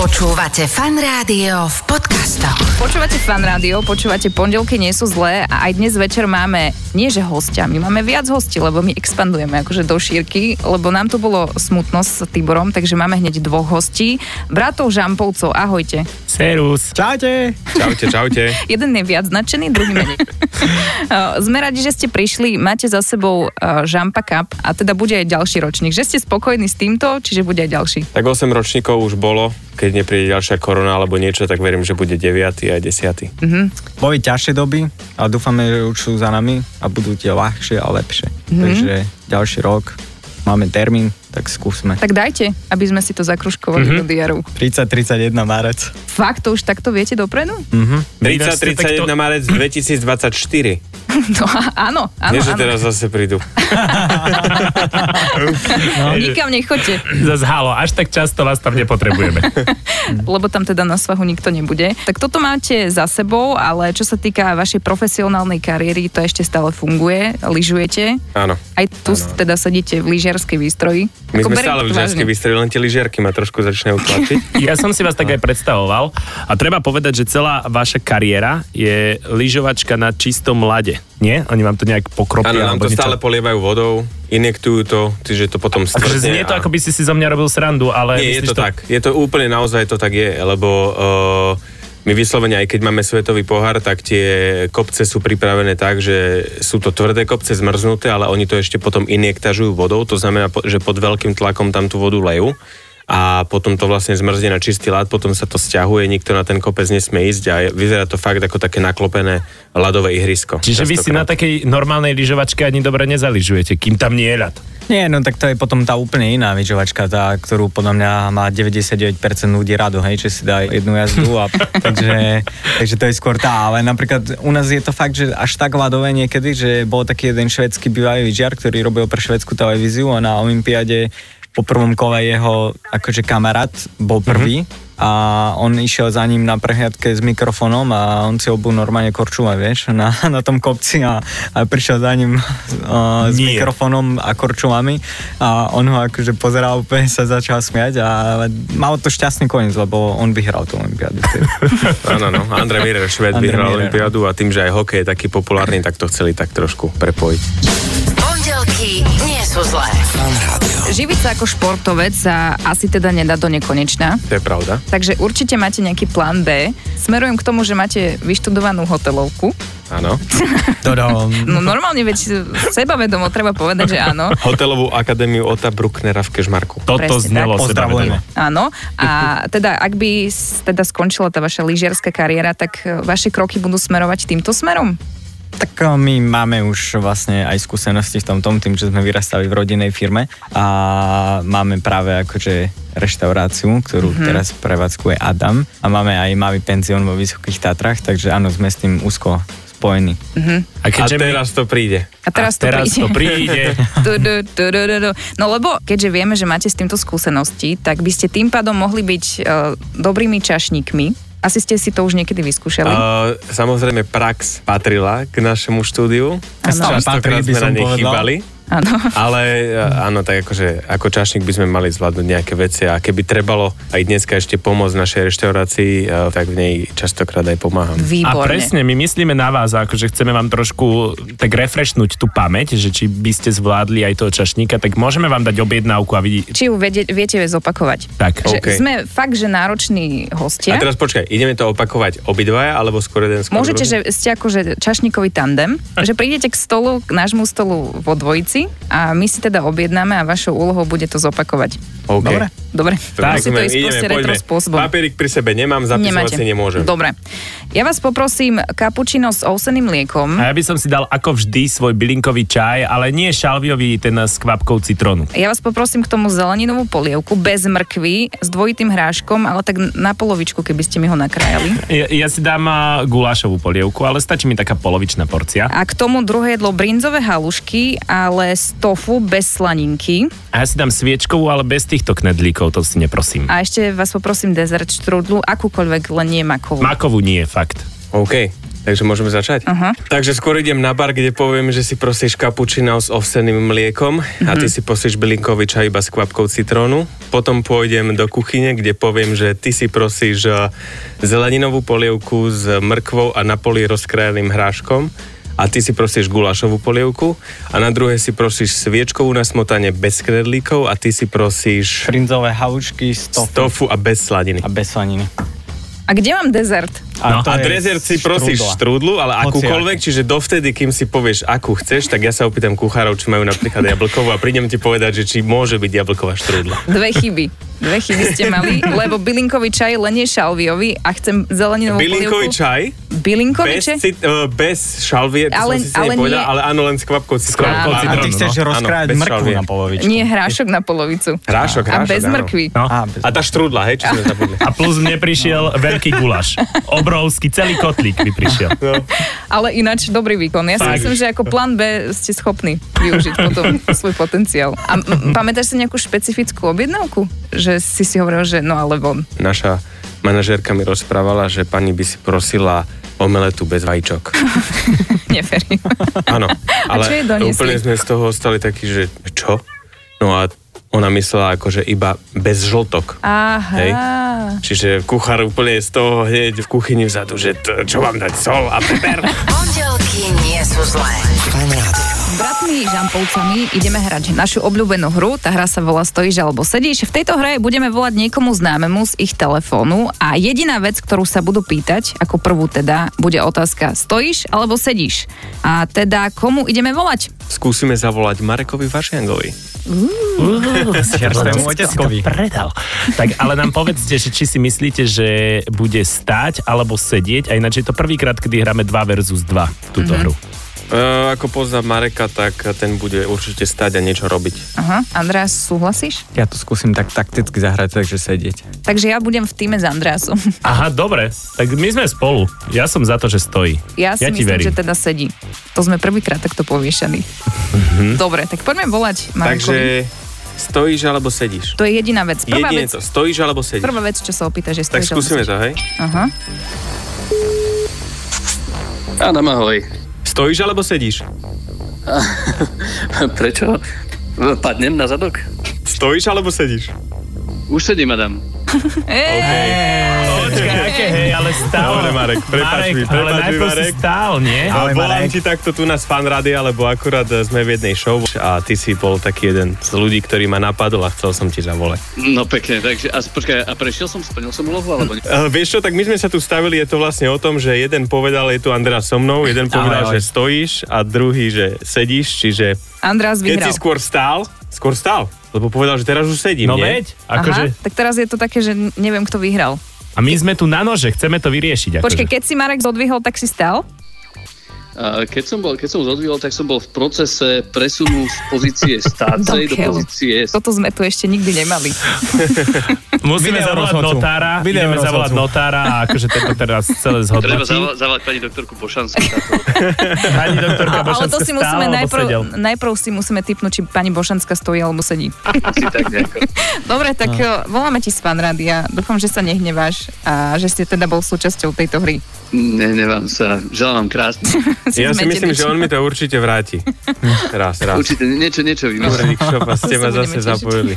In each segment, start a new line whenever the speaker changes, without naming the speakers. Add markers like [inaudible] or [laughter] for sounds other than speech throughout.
Počúvate fan rádio v podcastoch.
Počúvate fan rádio, počúvate pondelky nie sú zlé a aj dnes večer máme nie že hostia, my máme viac hostí, lebo my expandujeme akože do šírky, lebo nám to bolo smutno s Tiborom, takže máme hneď dvoch hostí. Bratov Žampovcov, ahojte.
Serus.
Čaute.
Čaute, čaute.
Jeden je viac značený, druhý
[laughs]
menej. Eh, Sme radi, že ste prišli, máte za sebou eh, Žampa Cup a teda bude aj ďalší ročník. Že ste spokojní s týmto, čiže bude aj ďalší.
tak 8 ročníkov už bolo, keď nepríde ďalšia korona alebo niečo, tak verím, že bude 9. a 10.
Boli ťažšie doby, ale dúfame, že už sú za nami a budú tie ľahšie a lepšie. Mm-hmm. Takže ďalší rok máme termín, tak skúsme.
Tak dajte, aby sme si to zakruškovali
Mhm.
mm-hmm. do diaru.
30-31 marec.
Fakt, to už takto viete dopredu?
Mhm.
Vydáš si
30, 31
takto-
marec 2024.
[laughs] No a- áno, áno,
Nie, že
áno.
teraz zase prídu. No.
[laughs] Nikam nechoďte,
Zas halo, až tak často vás tam nepotrebujeme.
[laughs]
lebo tam teda na svahu nikto nebude. Tak toto máte za sebou, ale čo sa týka vašej profesionálnej kariéry, to ešte stále funguje, lyžujete.
Áno.
Aj tu teda sedíte v lyžiarskej výstroji.
My
Ako
sme
beriem
stále
to
v lyžiarskej
vážne.
výstreli, len tie lyžiarky ma trošku začínajú tlačiť.
Ja som si vás tak aj predstavoval a treba povedať, že celá vaša kariéra je lyžovačka na čistom lade. Nie? Oni vám to nejak pokropia.
Áno, nám
alebo
to
niečo.
stále polievajú vodou, injektujú to, čiže to potom stvrdne.
Takže znie to,
a-
ako by si si zo mňa robil srandu, ale...
Nie, je
myslíš
to, tak. Je to úplne naozaj to tak je, lebo uh, my vyslovene, aj keď máme svetový pohár, tak tie kopce sú pripravené tak, že sú to tvrdé kopce zmrznuté, ale oni to ešte potom injektažujú vodou, to znamená, po- že pod veľkým tlakom tam tú vodu lejú a potom to vlastne zmrzne na čistý ľad, potom sa to stiahuje, nikto na ten kopec nesmie ísť a je- vyzerá to fakt ako také naklopené ľadové ihrisko.
Čiže vy si na
Častokrát.
takej normálnej lyžovačke ani dobre nezaližujete, kým tam nie je ľad.
Nie, no tak to je potom tá úplne iná lyžovačka, tá, ktorú podľa mňa má 99% ľudí rado, hej, že si dá jednu jazdu a takže, takže to je skôr tá, ale napríklad u nás je to fakt, že až tak ľadové niekedy, že bol taký jeden švedský bývalý lyžiar, ktorý robil pre švedskú televíziu a na olympiáde po prvom kole jeho akože kamarát bol prvý mm-hmm. a on išiel za ním na prehliadke s mikrofónom a on si obul normálne korčule, vieš, na, na tom kopci a, a prišiel za ním [laughs] uh, s
Nie.
mikrofónom mikrofónom a korčulami a on ho akože pozeral, úplne sa začal smiať a mal to šťastný koniec, lebo on vyhral tú olympiádu. vtedy.
Áno, no. Andrej Mirer, Šved,
Andrej
vyhral
Mirer.
Olympiádu a tým, že aj hokej je taký populárny, tak to chceli tak trošku prepojiť.
Pondelky nie sú zlé.
Živiť sa ako športovec sa asi teda nedá do nekonečna.
To je pravda.
Takže určite máte nejaký plán B. Smerujem k tomu, že máte vyštudovanú hotelovku.
Áno.
Dodal,
No normálne,
[laughs]
veď sebavedomo treba povedať, že áno.
Hotelovú akadémiu Ota Brucknera v Kešmarku.
Toto
Presne tak.
znelo
Pozdravujeme.
Áno. A teda, ak by s- teda skončila tá vaša lyžiarska kariéra, tak e, vaše kroky budú smerovať týmto smerom?
Tak e, my máme už vlastne aj skúsenosti v tomto, tým, že sme vyrastali v rodinnej firme a máme práve akože reštauráciu, ktorú mm-hmm. teraz prevádzkuje Adam a máme aj malý penzión vo Vysokých Tatrach, takže áno, sme s tým úzko spojení.
A
A
keďže my-
teraz to príde.
A teraz,
a teraz to príde.
[laughs] Tu, tu, tu, tu, tu, tu. No lebo keďže vieme, že máte s týmto skúsenosti, tak by ste tým pádom mohli byť e, dobrými čašníkmi. Asi ste si to už niekedy vyskúšali.
Uh, samozrejme, prax patrila k našemu štúdiu.
Áno. Stále
patrí,
Častokrát sme
by
na
som
nej
povedal.
chýbali.
Áno.
Ale uh, áno, tak akože ako čašník by sme mali zvládnuť nejaké veci a keby trebalo aj dneska ešte pomôcť našej reštaurácii, uh, tak v nej častokrát aj pomáham.
Výborne.
A presne, my myslíme na vás, akože chceme vám trošku tak refreshnúť tú pamäť, že či by ste zvládli aj toho čašníka, tak môžeme vám dať objednávku a vidí...
Či ju vedie, viete zopakovať.
Tak.
Že
OK.
Sme fakt, že nároční hostia.
A teraz počkaj, ideme to opakovať obidvaja, alebo skôr jeden skôr
Môžete, že
druhý?
ste akože čašníkový tandem, že prídete k stolu, k nášmu stolu vo dvojici a my si teda objednáme a vašou úlohou bude to zopakovať.
OK.
Dobre.
Dobre, [laughs]
Tak,
musí to ísť
ideme,
proste retro
poďme.
spôsobom.
Papierik pri sebe nemám, zapisovať si nemôžem.
Dobre. Ja vás poprosím kapučino s ovseným mliekom.
A ja by som si dal ako vždy svoj bylinkový čaj, ale nie šalviový, ten s kvapkou citrónu.
Ja vás poprosím k tomu zeleninovú polievku bez mrkvy s dvojitým hráškom, ale tak na polovičku, keby ste mi ho nakrájali.
Ja, ja si dám a, gulášovú polievku, ale stačí mi taká polovičná porcia.
A k tomu druhé jedlo brinzové halušky, ale z tofu bez slaninky.
A ja si dám sviečkovú, ale bez týchto knedlíkov, to si neprosím.
A ešte vás poprosím dezert štrúdlu, akúkoľvek, len nie makovú.
Makovú nie, fakt.
OK. Takže môžeme začať? Uh-huh. Takže skôr idem na bar, kde poviem, že si prosíš kapučino s ovseným mliekom uh-huh. a ty si prosíš bylinkový čaj iba s kvapkou citrónu. Potom pôjdem do kuchyne, kde poviem, že ty si prosíš eh, zeleninovú polievku s mrkvou a na poli rozkrajaným hráškom a ty si prosíš gulášovú polievku a na druhé si prosíš sviečkovú na smotanie bez knedlíkov a ty si prosíš
Frinzové halušky z
z
tofu
tofu a bez slaniny.
a bez slaniny.
A kde mám dezert?
A, no,
to
a
je
drezer si
z
prosíš štrúdlu, ale
Hociaké.
akúkoľvek, čiže dovtedy, kým si povieš, akú chceš, tak ja sa opýtam kuchárov, či majú napríklad jablkovú a prídem ti povedať, že či môže byť jablková štrúdla.
Dve chyby. Dve chyby
[laughs]
ste mali, lebo bylinkový čaj len je šalviový a chcem zeleninovú
Bylinkový
polievku.
čaj,
Bylinkový
bez,
čaj?
cit, uh, bez šalvie, to
Ale-
som si ale,
ale nie-
povedal, ale áno, len s kvapkou citrónu.
kvapkou
Áno,
no. A ty
áno,
chceš
áno,
rozkrájať
bez
mrkvu
šalvie.
na polovičku.
Nie, hrášok na polovicu.
Hrášok,
A
hrášok,
bez
áno.
mrkvy.
No.
Á, bez
A tá štrúdla, hej, čo sme
[laughs]
zabudli.
A plus mne prišiel veľký gulaš. Obrovský, celý kotlík mi prišiel.
Ale ináč dobrý výkon. Ja si
Fakt.
myslím, že ako plán B ste schopní využiť
[laughs]
potom svoj potenciál. A m- pamätáš si nejakú špecifickú objednávku? Že si si hovoril, že no ale von. [laughs]
Naša manažérka mi rozprávala, že pani by si prosila omeletu bez vajíčok. [laughs]
Neferím. [laughs]
Áno, ale
čo jej doniesli?
úplne sme z toho ostali takí, že čo? No a ona myslela akože iba bez žltok.
Aha.
Hej. Čiže kuchár úplne z toho hneď v kuchyni vzadu, že t- čo vám dať, sol a peper.
[laughs]
Pondelky nie sú zlé.
Fan Rádio.
Bratmi Žampovcami ideme hrať našu obľúbenú hru. Tá hra sa volá Stojíš alebo sedíš. V tejto hre budeme volať niekomu známemu z ich telefónu a jediná vec, ktorú sa budú pýtať, ako prvú teda, bude otázka Stojíš alebo sedíš? A teda komu ideme volať?
Skúsime zavolať Marekovi Vašiangovi.
Čerstvému
Lebo si to
oteckovi.
Predal. Tak ale nám povedzte, že či si myslíte, že bude stáť alebo sedieť. A ináč je to prvýkrát, kedy hráme 2 versus 2
Mhm.
túto mm-hmm. hru.
E, ako poznám Mareka, tak ten bude určite stať a niečo robiť.
Aha, András, súhlasíš?
Ja to skúsim tak takticky zahrať, takže sedieť.
Takže ja budem v týme s Andreasom. [laughs]
Aha, dobre. Tak my sme spolu. Ja som za to, že stojí.
Ja si
ja ti
myslím,
verím.
že teda sedí. To sme prvýkrát takto poviešaní.
Mhm.
Dobre, tak poďme volať Markovi. Takže...
Takže stojíš alebo sedíš?
To je jediná vec. Prvá
Jedine
vec,
to, stojíš alebo sedíš?
prvá vec, čo sa opýta, že
Tak
stojíš. alebo
skúsime
sedíš.
to, hej?
Aha.
Áno, ahoj. [laughs]
Stojíš alebo sedíš?
Prečo? Padnem na zadok?
Stojíš alebo sedíš?
Už sedím, madam.
Počkaj, aké hej, ale stál.
Dobre, Marek, prepáč
Marek,
mi,
ale
prepáč mi,
najprv si
Marek.
stál, nie?
Ale
Ahoj,
volám
Marek.
ti takto tu nás fan rady, alebo akurát e, sme v jednej show a ty si bol taký jeden z ľudí, ktorý ma napadol a chcel som ti zavolať.
No pekne, takže a, počkaj, a prešiel som, splnil som úlohu, alebo nie?
Uh, vieš čo, tak my sme sa tu stavili, je to vlastne o tom, že jeden povedal, je tu Andrea so mnou, jeden povedal,
Ahoj, ahoj.
že stojíš a druhý, že sedíš, čiže
András
keď
vyhral.
si skôr stál, skôr stál, lebo povedal, že teraz už sedím,
No
nie?
veď,
Aha,
akože...
tak teraz je to také, že neviem, kto vyhral.
A my sme tu na nože, chceme to vyriešiť. Akože.
Počkaj, keď si Marek zodvihol, tak si stal?
A, keď som bol, keď som zodvíjal, tak som bol v procese presunu z pozície stácej do
Dokiaľ.
pozície...
Toto sme tu ešte nikdy nemali.
Musíme
Video
zavolať
rozhodcu.
notára,
Video
ideme
rozhodcu.
zavolať notára a akože tento teraz
[laughs]
celé
Treba
zhodnotí.
zava- zavolať pani doktorku Bošanskú.
Pani doktorka
ale to si
Bošanská stála,
musíme
alebo
najprv,
sedel.
najprv si musíme typnúť, či pani Bošanská stojí alebo sedí.
Asi tak nejako.
Dobre, tak no. voláme ti z fanrádia. Dúfam, že sa nehneváš a že ste teda bol súčasťou tejto hry.
Ne, nevám sa. Želám vám krásne.
Si
Ja si
zmetený.
myslím, že on mi to určite vráti. Raz, raz.
Určite niečo, niečo
Dobre,
vymyslím.
Rikšopa, ste ma
budeme
zase
tešiť.
zapojili.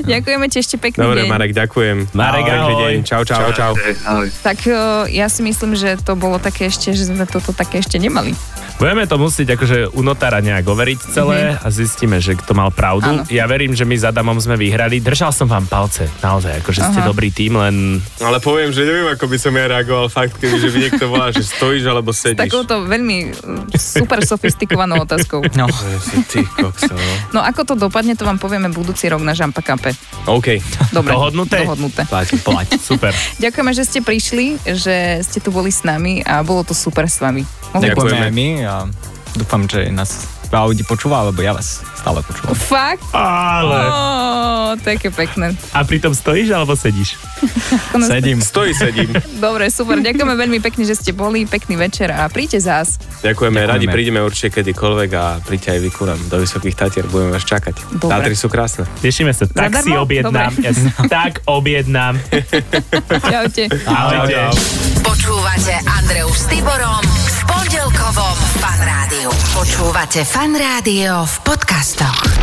Ďakujeme ti ešte pekný
Dobre,
deň.
Marek, ďakujem.
Marek,
Pekný
ahoj.
deň. Čau, čau, čau.
Ahoj.
Tak eh, ja si myslím, že to bolo také ešte, že sme toto také ešte nemali.
Budeme to musieť akože u notára nejak overiť celé a zistíme, že kto mal pravdu.
Mhm. Áno.
Ja verím, že my s Adamom sme vyhrali. Držal som vám palce, naozaj, akože ste
Aha.
dobrý tým, len
Ale poviem, že neviem, ako by som ja reagoval fakt, keby že by niekto volá, že stojíš alebo sedíš.
Takouto veľmi eh, super sofistikovanou otázkou.
No,
Že si Ty kokso. no.
No ako to dopadne, to vám povieme budúci rok na Žampa Kampe.
OK,
Dobre.
Dohodnuté?
Dohodnuté.
plať, plať. [laughs] Super.
Ďakujeme, že ste prišli, že ste tu boli s nami a bolo to super s vami. Mohli
Ďakujem.
ďakujeme aj my a dúfam, že nás v audi počúva, lebo ja vás stále počúvam.
Fakt? Oh.
Ale...
Ó, také pekné.
A pritom stojíš alebo sedíš?
no,
Sedím.
Stojí, sedím.
Dobre, super. Ďakujeme veľmi pekne, že ste boli. Pekný večer a príďte zás.
Ďakujeme, radi
Ďakujeme.
prídeme určite kedykoľvek a príďte aj vykurám do Vysokých Tatier, budeme vás čakať.
Dobre.
Tátry sú krásne.
Tešíme sa. Tak
Zadarmo?
si objednám.
Dobre.
Ja si [laughs] tak objednám.
Čaute.
Ahojte.
Čau, čau.
Počúvate Andreu s Tiborom v pondelkovom Fan Rádiu. Počúvate Fan Rádio v podcastoch.